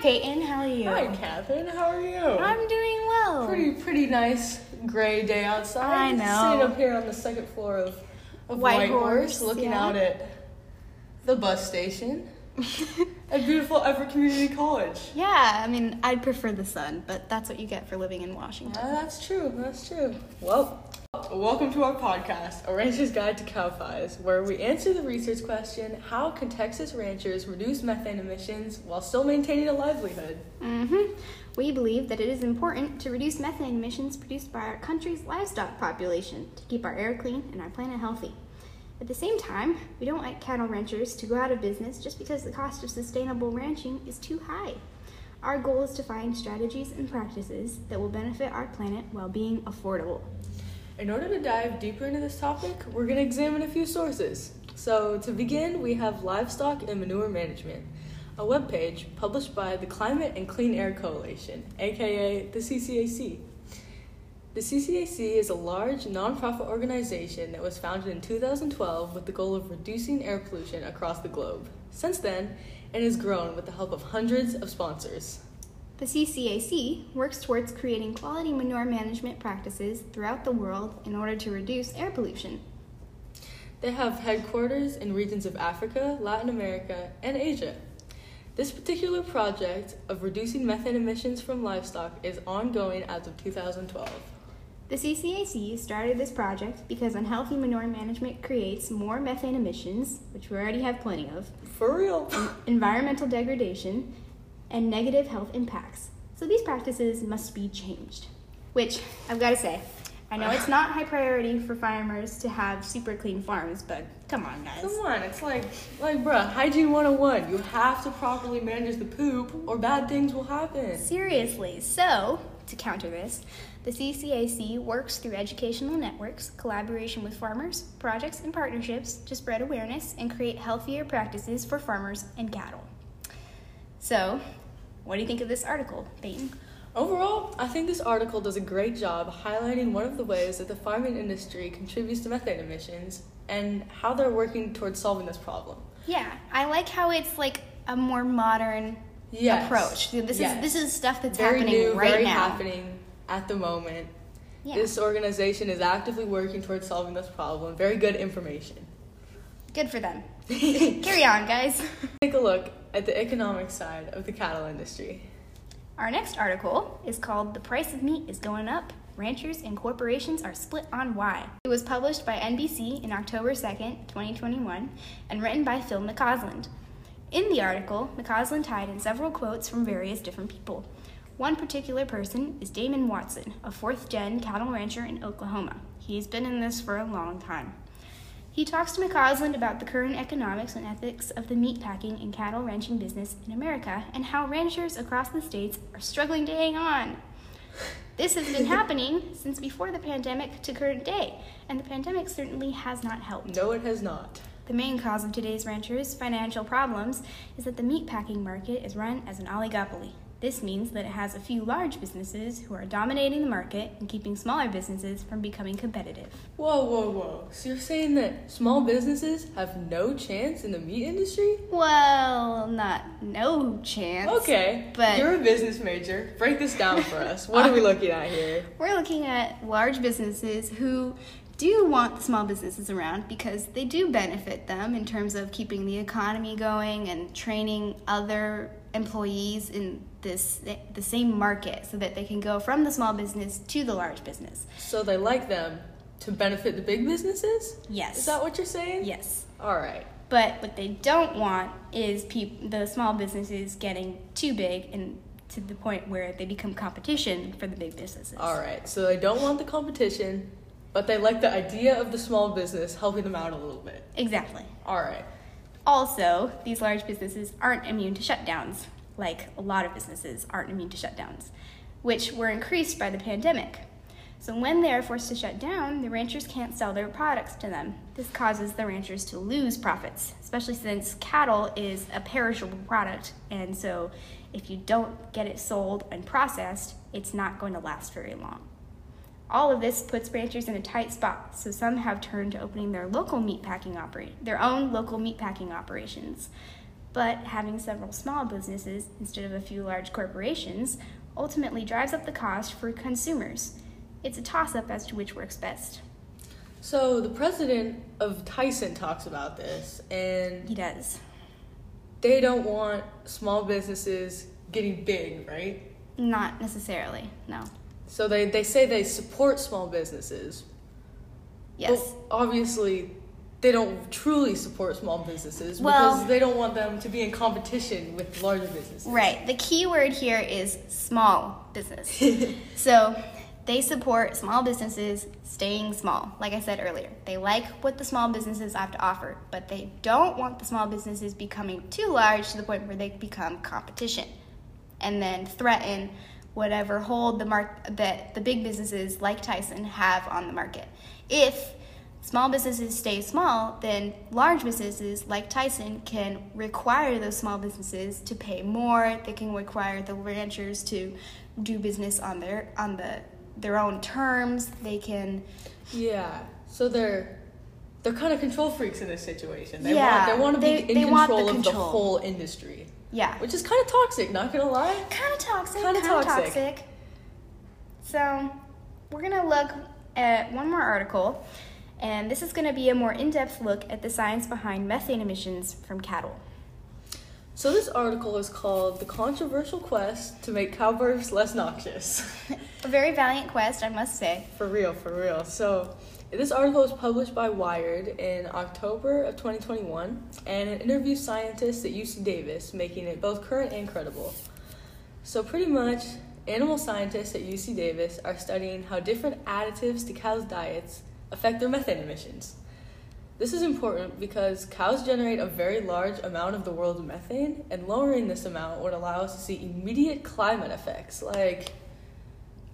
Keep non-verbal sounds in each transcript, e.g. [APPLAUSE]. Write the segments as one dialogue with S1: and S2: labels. S1: Peyton. How are you?
S2: Hi, Catherine. How are you?
S1: I'm doing well.
S2: pretty, pretty nice gray day outside.
S1: I
S2: Sitting
S1: know.
S2: up here on the second floor of, of
S1: White Horse,
S2: looking
S1: yeah.
S2: out at the bus station at beautiful Everett Community College.
S1: Yeah, I mean, I'd prefer the sun, but that's what you get for living in Washington.
S2: Yeah, Uh, that's true. That's true. Well, welcome to our podcast, A Rancher's Guide to Cow Pies, where we answer the research question: How can Texas ranchers reduce methane emissions while still maintaining a livelihood?
S1: hmm We believe that it is important to reduce methane emissions produced by our country's livestock population to keep our air clean and our planet healthy. At the same time, we don't like cattle ranchers to go out of business just because the cost of sustainable ranching is too high. Our goal is to find strategies and practices that will benefit our planet while being affordable.
S2: In order to dive deeper into this topic, we're going to examine a few sources. So, to begin, we have Livestock and Manure Management, a webpage published by the Climate and Clean Air Coalition, aka the CCAC. The CCAC is a large nonprofit organization that was founded in 2012 with the goal of reducing air pollution across the globe. Since then, it has grown with the help of hundreds of sponsors.
S1: The CCAC works towards creating quality manure management practices throughout the world in order to reduce air pollution.
S2: They have headquarters in regions of Africa, Latin America, and Asia. This particular project of reducing methane emissions from livestock is ongoing as of 2012.
S1: The CCAC started this project because unhealthy manure management creates more methane emissions, which we already have plenty of,
S2: For real? [LAUGHS]
S1: environmental degradation, and negative health impacts. So these practices must be changed. Which, I've got to say, I know it's not high priority for farmers to have super clean farms, but come on, guys.
S2: Come on, it's like, like, bruh, hygiene 101. You have to properly manage the poop or bad things will happen.
S1: Seriously. So, to counter this, the CCAC works through educational networks, collaboration with farmers, projects, and partnerships to spread awareness and create healthier practices for farmers and cattle. So, what do you think of this article, Peyton?
S2: Overall, I think this article does a great job highlighting one of the ways that the farming industry contributes to methane emissions and how they're working towards solving this problem.
S1: Yeah, I like how it's like a more modern
S2: Yes.
S1: approach. This is
S2: Yes.
S1: this is stuff that's
S2: very
S1: happening
S2: new,
S1: right
S2: very
S1: now.
S2: happening at the moment.
S1: Yeah.
S2: This organization is actively working towards solving this problem. Very good information. [LAUGHS]
S1: Good for them.
S2: Take
S1: Carry on, guys. [LAUGHS]
S2: a look at the economic side of the cattle industry.
S1: Our next article is called The Price of Meat is Going Up Ranchers and Corporations Are Split on Why. It was published by NBC in October 2nd, 2021, and written by Phil McCausland. In the article, McCausland tied in several quotes from various different people. One particular person is Damon Watson, a fourth gen cattle rancher in Oklahoma. He's been in this for a long time. He talks to McCausland about the current economics and ethics of the meatpacking and cattle ranching business in America and how ranchers across the states are struggling to hang on. This has been happening since before the pandemic to current day, and the pandemic certainly has not helped.
S2: No, it has not.
S1: The main cause of today's ranchers' financial problems is that the meatpacking market is run as an oligopoly. This means that it has a few large businesses who are dominating the market and keeping smaller businesses from becoming competitive.
S2: Whoa, whoa, whoa. So you're saying that small businesses have no chance in the meat industry?
S1: Well, not no chance.
S2: Okay,
S1: But-
S2: you're a business major. Break this down for us. What
S1: [LAUGHS]
S2: are we looking at here?
S1: We're looking at large businesses who do want the small businesses around because they do benefit them in terms of keeping the economy going and training other employees in this the same market so that they can go from the small business to the large business.
S2: So they like them to benefit the big businesses?
S1: Yes.
S2: Is that what you're saying?
S1: yes.
S2: All right.
S1: But what they don't want is peop- the small businesses getting too big and to the point where they become competition for the big businesses.
S2: All right, so they don't want the competition, but they like the idea of the small business helping them out a little bit.
S1: Exactly.
S2: All right.
S1: Also, these large businesses aren't immune to shutdowns, like a lot of businesses aren't immune to shutdowns, which were increased by the pandemic. So, when they are forced to shut down, the ranchers can't sell their products to them. This causes the ranchers to lose profits, especially since cattle is a perishable product, and so if you don't get it sold and processed, it's not going to last very long. All of this puts ranchers in a tight spot, so some have turned to opening their local meatpacking operate their own local meatpacking operations. But having several small businesses instead of a few large corporations ultimately drives up the cost for consumers. It's a toss up as to which works best.
S2: So the president of Tyson talks about this, and
S1: He does.
S2: they don't want small businesses getting big, right?
S1: Not necessarily, no.
S2: So they, they say they support small businesses.
S1: Yes.
S2: But obviously, they don't truly support small businesses
S1: Well-
S2: because they don't want them to be in competition with larger businesses.
S1: Right. The key word here is small business. so they support small businesses staying small. Like I said earlier, they like what the small businesses have to offer, but they don't want the small businesses becoming too large to the point where they become competition and then threaten whatever hold the mark that the big businesses like Tyson have on the market. If small businesses stay small, then large businesses like Tyson can require those small businesses to pay more. They can require the ranchers to do business on their on the their own terms. They can
S2: Yeah. So they're they're kind of control freaks in this situation. They
S1: Yeah,
S2: want they want to
S1: they-
S2: be in
S1: they
S2: control
S1: want the
S2: of the
S1: control.
S2: whole industry,
S1: yeah.
S2: which is kind of toxic. Not gonna lie.
S1: Kind of toxic. Kind
S2: Kinda
S1: of toxic.
S2: toxic.
S1: So we're gonna look at one more article, and this is gonna be a more in-depth look at the science behind methane emissions from cattle.
S2: So this article is called "The Controversial Quest to Make Cowbirds Less Noxious." [LAUGHS]
S1: A very valiant quest, I must say.
S2: for real, for real. So this article was published by Wired in October of 2021, and it interviews scientists at UC Davis, making it both current and credible. So pretty much, animal scientists at UC Davis are studying how different additives to cows' diets affect their methane emissions. This is important because cows generate a very large amount of the world's methane, and lowering this amount would allow us to see immediate climate effects like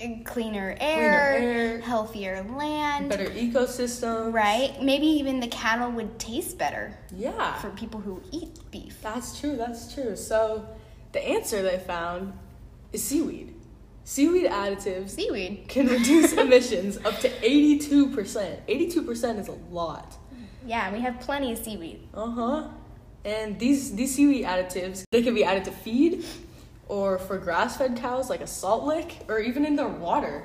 S1: And Cleaner air,
S2: air,
S1: healthier land,
S2: better ecosystems.
S1: right? Maybe even the cattle would taste better
S2: Yeah.
S1: for people who eat beef.
S2: That's true, that's true. So the answer they found is seaweed. Seaweed additives
S1: Seaweed. [LAUGHS]
S2: can reduce emissions up to 82%. 82% is a lot.
S1: Yeah, we have plenty of seaweed.
S2: Uh-huh. And these these seaweed additives, they can be added to feed or for grass-fed cows like a salt lick or even in their water.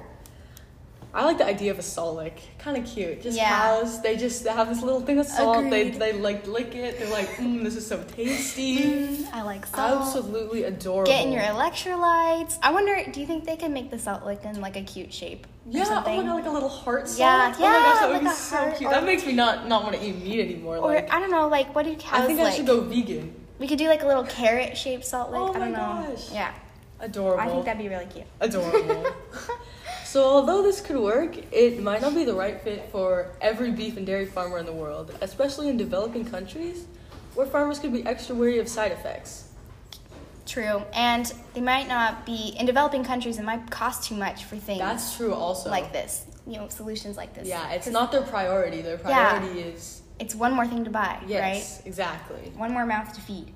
S2: I like the idea of a salt lick. Kind of cute. Just
S1: Yeah.
S2: cows, they just they have this little thing of salt.
S1: Agreed.
S2: They they like lick it. They're like, "Mmm, this is so tasty."
S1: [LAUGHS] Mm, I like salt.
S2: Absolutely adorable.
S1: Getting Um, your electrolytes. I wonder, do you think they can make the salt lick in like a cute shape?
S2: yeah,
S1: or something?
S2: oh my god, like a little heart salt.
S1: Yeah,
S2: oh my gosh,
S1: yeah,
S2: that would be
S1: like a
S2: so
S1: heart
S2: cute.
S1: or-
S2: that makes me not not want to eat meat anymore.
S1: or
S2: like,
S1: I don't know, like what do cows
S2: I think
S1: like?
S2: I should go vegan.
S1: We could do like a little carrot shaped salt lick.
S2: Oh
S1: I don't
S2: my
S1: know.
S2: gosh.
S1: Yeah,
S2: Adorable.
S1: I think that'd be really cute. [LAUGHS]
S2: adorable. so although this could work, it might not be the right fit for every beef and dairy farmer in the world, especially in developing countries where farmers could be extra wary of side effects.
S1: True, and they might not be in developing countries. It might cost too much for things
S2: That's true also.
S1: like this. You know, solutions like this.
S2: yeah, it's
S1: 'Cause
S2: not their priority. Their
S1: Yeah.
S2: priority is
S1: It's one more thing to buy,
S2: yes, exactly.
S1: right? One more mouth to feed.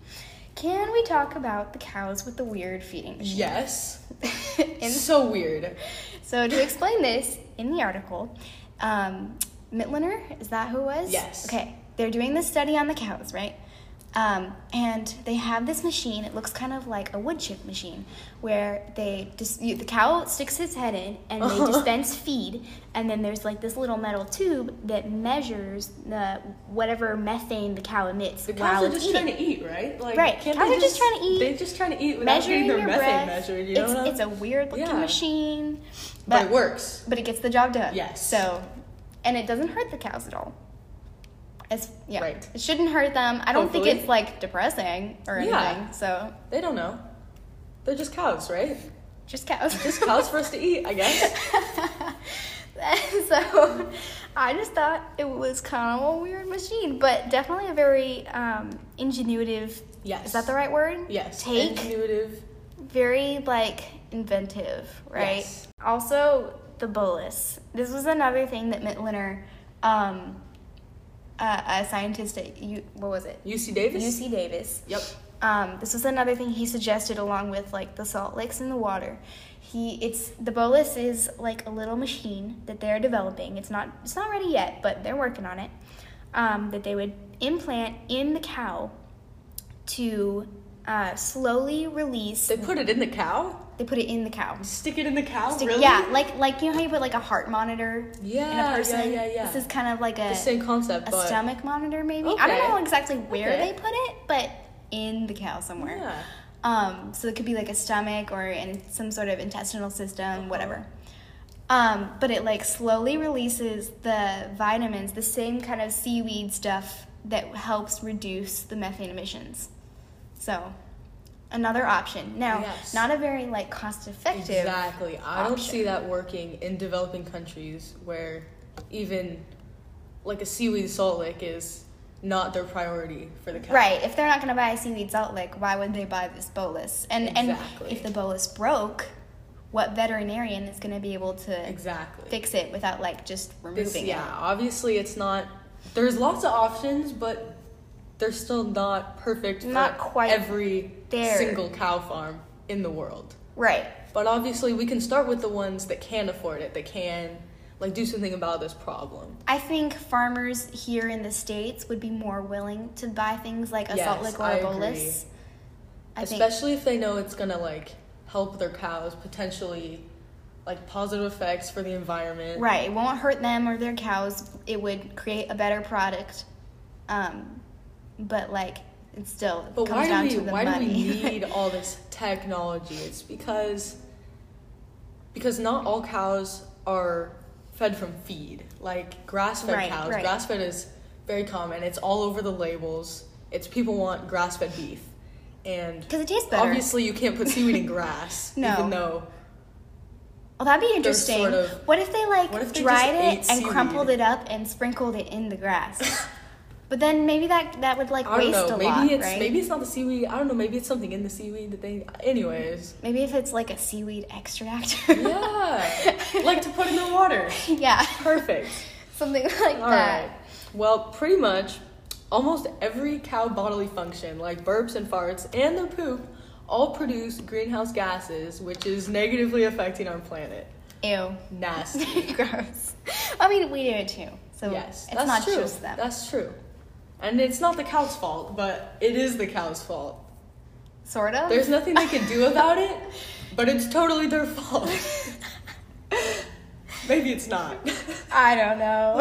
S1: Can we talk about the cows with the weird feeding machine?
S2: Yes. [LAUGHS]
S1: In-
S2: so weird.
S1: So to explain this in the article, um, Mittlener, is that who it was?
S2: Yes.
S1: Okay, they're doing this study on the cows, right? Um, and they have this machine. It looks kind of like a wood chip machine, where they dis- you, the cow sticks his head in, and
S2: [LAUGHS]
S1: they dispense feed. And then there's like this little metal tube that measures the whatever methane the cow emits
S2: The cows
S1: while
S2: are
S1: it's
S2: just
S1: eating.
S2: trying to eat, right? Like,
S1: Right,
S2: can't
S1: cows
S2: they
S1: are just trying to eat,
S2: They're just trying to eat without
S1: measuring
S2: getting their
S1: your
S2: methane
S1: breath.
S2: measured. You know
S1: it's,
S2: what I'm-
S1: it's a weird looking
S2: Yeah.
S1: machine,
S2: but it works.
S1: but it gets the job done.
S2: Yes.
S1: So, and it doesn't hurt the cows at all. It's yeah.
S2: Right.
S1: It shouldn't hurt them. I don't think
S2: Hopefully.
S1: it's like depressing or anything.
S2: Yeah.
S1: So
S2: They don't know. They're just cows, right?
S1: just cows.
S2: Just cows for
S1: [LAUGHS]
S2: us to eat, I guess.
S1: so I just thought it was kind of a weird machine, but definitely a very um, ingenuitive.
S2: Yes.
S1: Is that the right word?
S2: Yes.
S1: Take.
S2: Intuitive.
S1: very like inventive, right?
S2: Yes.
S1: Also, the bolus. This was another thing that Mittlener, um, uh, a scientist at U- what was it?
S2: UC Davis.
S1: UC Davis.
S2: Yep.
S1: Um, this was another thing he suggested along with like the salt licks in the water. He it's the bolus is like a little machine that they're developing. It's not it's not ready yet, but they're working on it. Um, that they would implant in the cow to uh, slowly release.
S2: They put it in the cow?
S1: They put it in the cow.
S2: Stick it in the cow?
S1: Stick-
S2: Oh, really?
S1: Yeah, like like you know how you put like a heart monitor in
S2: Yeah,
S1: a person.
S2: yeah, yeah, yeah.
S1: This is kind of like
S2: the
S1: a
S2: same concept,
S1: a
S2: but
S1: stomach monitor maybe. I
S2: Okay.
S1: don't know exactly where
S2: Okay.
S1: they put it, but in the cow somewhere.
S2: Yeah.
S1: Um, so it could be like a stomach or in some sort of intestinal system,
S2: Uh-huh.
S1: whatever. Um, but it like slowly releases the vitamins, the same kind of seaweed stuff that helps reduce the methane emissions. So another option. Now,
S2: Yes.
S1: not a very like cost effective.
S2: Exactly. I don't
S1: option.
S2: see that working in developing countries where even like a seaweed salt lick is not their priority for the cow.
S1: Right. If they're not going to buy a seaweed salt lick, why would they buy this bolus? And
S2: Exactly.
S1: and if the bolus broke, what veterinarian is going to be able to
S2: Exactly.
S1: fix it without like just removing
S2: This,
S1: it?
S2: yeah, obviously it's not. There's lots of options, but they're still not perfect
S1: Not
S2: for
S1: quite
S2: every
S1: there.
S2: single cow farm in the world.
S1: Right.
S2: But obviously, we can start with the ones that can afford it, that can like do something about this problem.
S1: I think farmers here in the states would be more willing to buy things like a salt
S2: Yes,
S1: lick or
S2: I
S1: a
S2: agree.
S1: bolus. I think
S2: Especially if they know it's gonna like help their cows potentially, like positive effects for the environment.
S1: right. It won't hurt them or their cows. It would create a better product. Um, but like it still
S2: But
S1: comes
S2: why
S1: down
S2: do
S1: to
S2: we
S1: the
S2: why
S1: money.
S2: do
S1: [LAUGHS]
S2: we need all this technology? It's because because not all cows are fed from feed. Like grass fed
S1: Right,
S2: cows.
S1: right.
S2: Grass fed is very common. It's all over the labels. It's people want grass fed beef. And
S1: Because it tastes better.
S2: obviously you can't put seaweed
S1: [LAUGHS]
S2: in grass.
S1: No.
S2: Even though
S1: Well, Oh, that'd be
S2: There's
S1: interesting.
S2: sort of-
S1: what if they like
S2: What if they
S1: dried
S2: just
S1: it
S2: ate
S1: and
S2: seaweed?
S1: crumpled it up and sprinkled it in the grass?
S2: [LAUGHS]
S1: but then maybe that that would like
S2: I don't
S1: waste
S2: know.
S1: a
S2: Maybe
S1: lot,
S2: it's
S1: right?
S2: maybe it's not the seaweed. I don't know. Maybe it's something in the seaweed that they. Anyways,
S1: Maybe if it's like a seaweed extract. Yeah.
S2: [LAUGHS]
S1: [LAUGHS]
S2: yeah, like to put in the water. Perfect.
S1: Something like
S2: All
S1: that.
S2: right. Well, pretty much, almost every cow bodily function, like burps and farts and their poop, all produce greenhouse gases, which is negatively affecting our planet. Nasty.
S1: Ew. Gross. I mean, we do it too. [LAUGHS] So
S2: yes,
S1: it's
S2: that's
S1: not
S2: true.
S1: just them.
S2: That's true. And it's not the cow's fault, but it is the cow's fault.
S1: sort of.
S2: There's nothing they can do about it, but it's totally their fault. [LAUGHS] Maybe it's not.
S1: [LAUGHS]
S2: [LAUGHS]
S1: I don't know.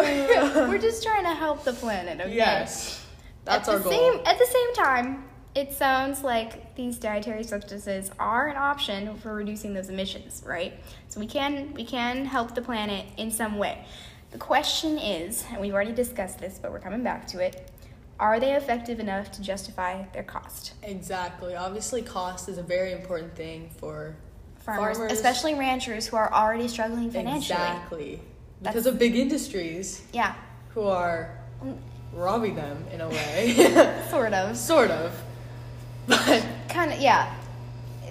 S1: We're just trying to help the
S2: [LAUGHS]
S1: planet, okay?
S2: Yes. That's
S1: at
S2: our
S1: the
S2: goal.
S1: Same, at the same time, it sounds like these dietary substances are an option for reducing those emissions, right? So we can we can help the planet in some way. The question is, and we've already discussed this, but we're coming back to it: Are they effective enough to justify their cost?
S2: Exactly. Obviously, cost is a very important thing for
S1: Farmers, especially ranchers who are already struggling financially.
S2: Exactly.
S1: That's-
S2: Because of big industries
S1: Yeah,
S2: who are robbing them in a way. [LAUGHS]
S1: sort of.
S2: sort of. But
S1: Kind of, yeah.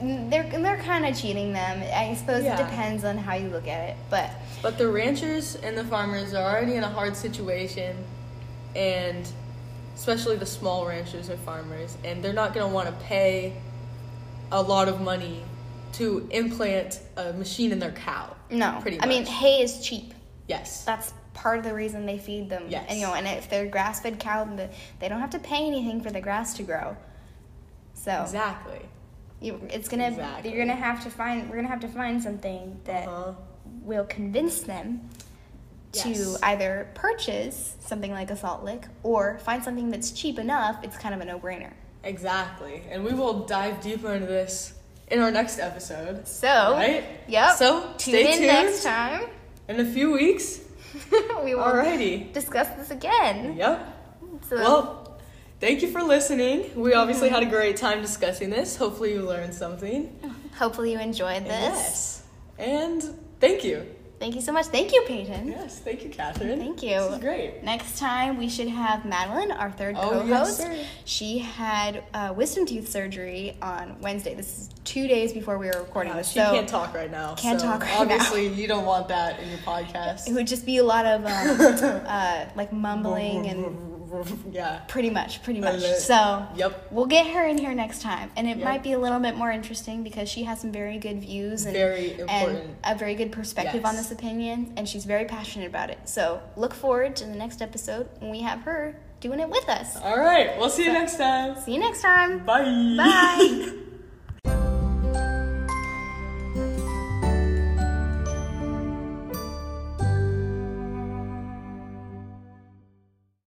S1: And They're and they're kind of cheating them. I suppose
S2: Yeah.
S1: it depends on how you look at it, but
S2: But the ranchers and the farmers are already in a hard situation, and especially the small ranchers and farmers, and they're not going to want to pay a lot of money to implant a machine in their cow.
S1: no.
S2: Pretty
S1: I mean,
S2: much.
S1: hay is cheap.
S2: Yes.
S1: that's part of the reason they feed them.
S2: Yes.
S1: And, you know, and if they're grass fed cow, the- they don't have to pay anything for the grass to grow. So
S2: Exactly.
S1: you, it's gonna
S2: Exactly.
S1: you're gonna have to find we're gonna have to find something that
S2: Uh-huh.
S1: will convince them to
S2: Yes.
S1: either purchase something like a salt lick or find something that's cheap enough. It's kind of a no brainer.
S2: Exactly. And we will dive deeper into this in our next episode.
S1: So
S2: Right?
S1: Oh, yep.
S2: So,
S1: tune
S2: stay
S1: in
S2: tuned.
S1: next time. [LAUGHS]
S2: In a few weeks.
S1: we will
S2: Alrighty.
S1: discuss this again.
S2: Yep.
S1: So
S2: Well, thank you for listening. We obviously had a great time discussing this. Hopefully, you learned something.
S1: hopefully you enjoyed this.
S2: Yes. And thank you.
S1: Thank you so much. Thank you, Peyton.
S2: Yes, thank you, Catherine.
S1: Thank you.
S2: This is great.
S1: Next time we should have Madeline, our third
S2: Oh,
S1: co-host.
S2: yes, sir.
S1: she had uh, wisdom teeth surgery on Wednesday. This is two days before we were recording
S2: Uh,
S1: this,
S2: she
S1: so
S2: can't talk right now.
S1: Can't
S2: so
S1: talk right now.
S2: obviously you don't want that in your podcast. [LAUGHS]
S1: it would just be a lot of um, uh, like mumbling and
S2: yeah.
S1: Pretty much, pretty much.
S2: Alert.
S1: So
S2: Yep.
S1: we'll get her in here next time, and it
S2: Yep.
S1: might be a little bit more interesting because she has some very good views and
S2: Very important.
S1: and a very good perspective on
S2: Yes.
S1: this opinion, and she's very passionate about it. So look forward to the next episode when we have her doing it with us.
S2: All right. We'll see you next time.
S1: See you next time.
S2: Bye. [LAUGHS]
S1: Bye.